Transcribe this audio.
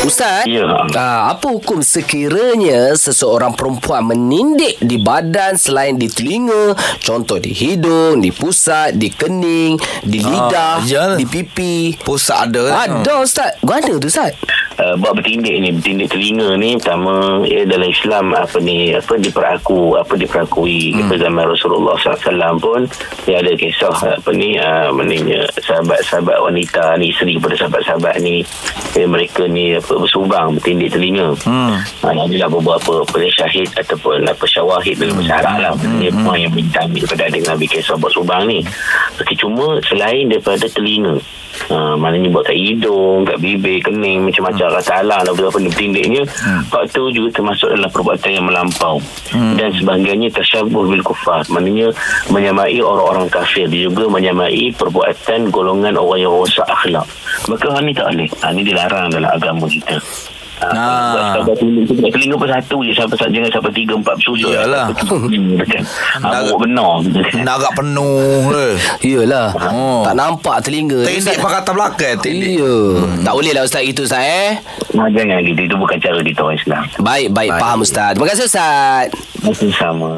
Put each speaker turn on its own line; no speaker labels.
Ustaz
Ya.
ah, Apa hukum sekiranya Seseorang perempuan menindik Di badan selain di telinga Contoh di hidung Di pusat Di kening Di lidah
ya.
Ah, Di Eh, ah. pipi
Pusat ada kan?
Ada Ustaz Guana tu Ustaz
uh, buat bertindik ni bertindik telinga ni pertama ya, dalam Islam apa ni apa diperaku apa diperakui hmm. zaman Rasulullah SAW pun dia ada kisah apa ni uh, maknanya sahabat-sahabat wanita ni isteri kepada sahabat-sahabat ni ya, mereka ni apa bersubang bertindik telinga hmm. uh, adalah beberapa apa ni, syahid ataupun apa syawahid dalam bahasa Arab lah hmm. hmm. yang minta ambil daripada adik Nabi kisah buat subang ni okay, cuma selain daripada telinga Ha, maknanya buat kat hidung, kat bibir, kening, macam-macam hmm. rasa alang dan apa-apa bertindiknya. Hmm. Faktor juga termasuk dalam perbuatan yang melampau. Hmm. Dan sebagainya tersyabuh bil kufar. Maknanya menyamai orang-orang kafir. Dia juga menyamai perbuatan golongan orang yang rosak akhlak. Maka hal ni tak boleh. Ha, ni dilarang dalam agama kita. Ha,
Ah.
Buat telinga, telinga pun satu je sampai jangan sampai tiga empat sujud
Iyalah.
Betul. Ha, buat benar
Narak penuh eh.
Yelah
Oh.
Tak nampak telinga
Tindik
Ustaz.
pakatan belakang Tindik
Ya Tak boleh lah Ustaz gitu Ustaz eh
nah, Jangan gitu Itu bukan cara kita orang Islam
Baik, baik, baik. faham Ustaz Terima kasih Ustaz
Masih sama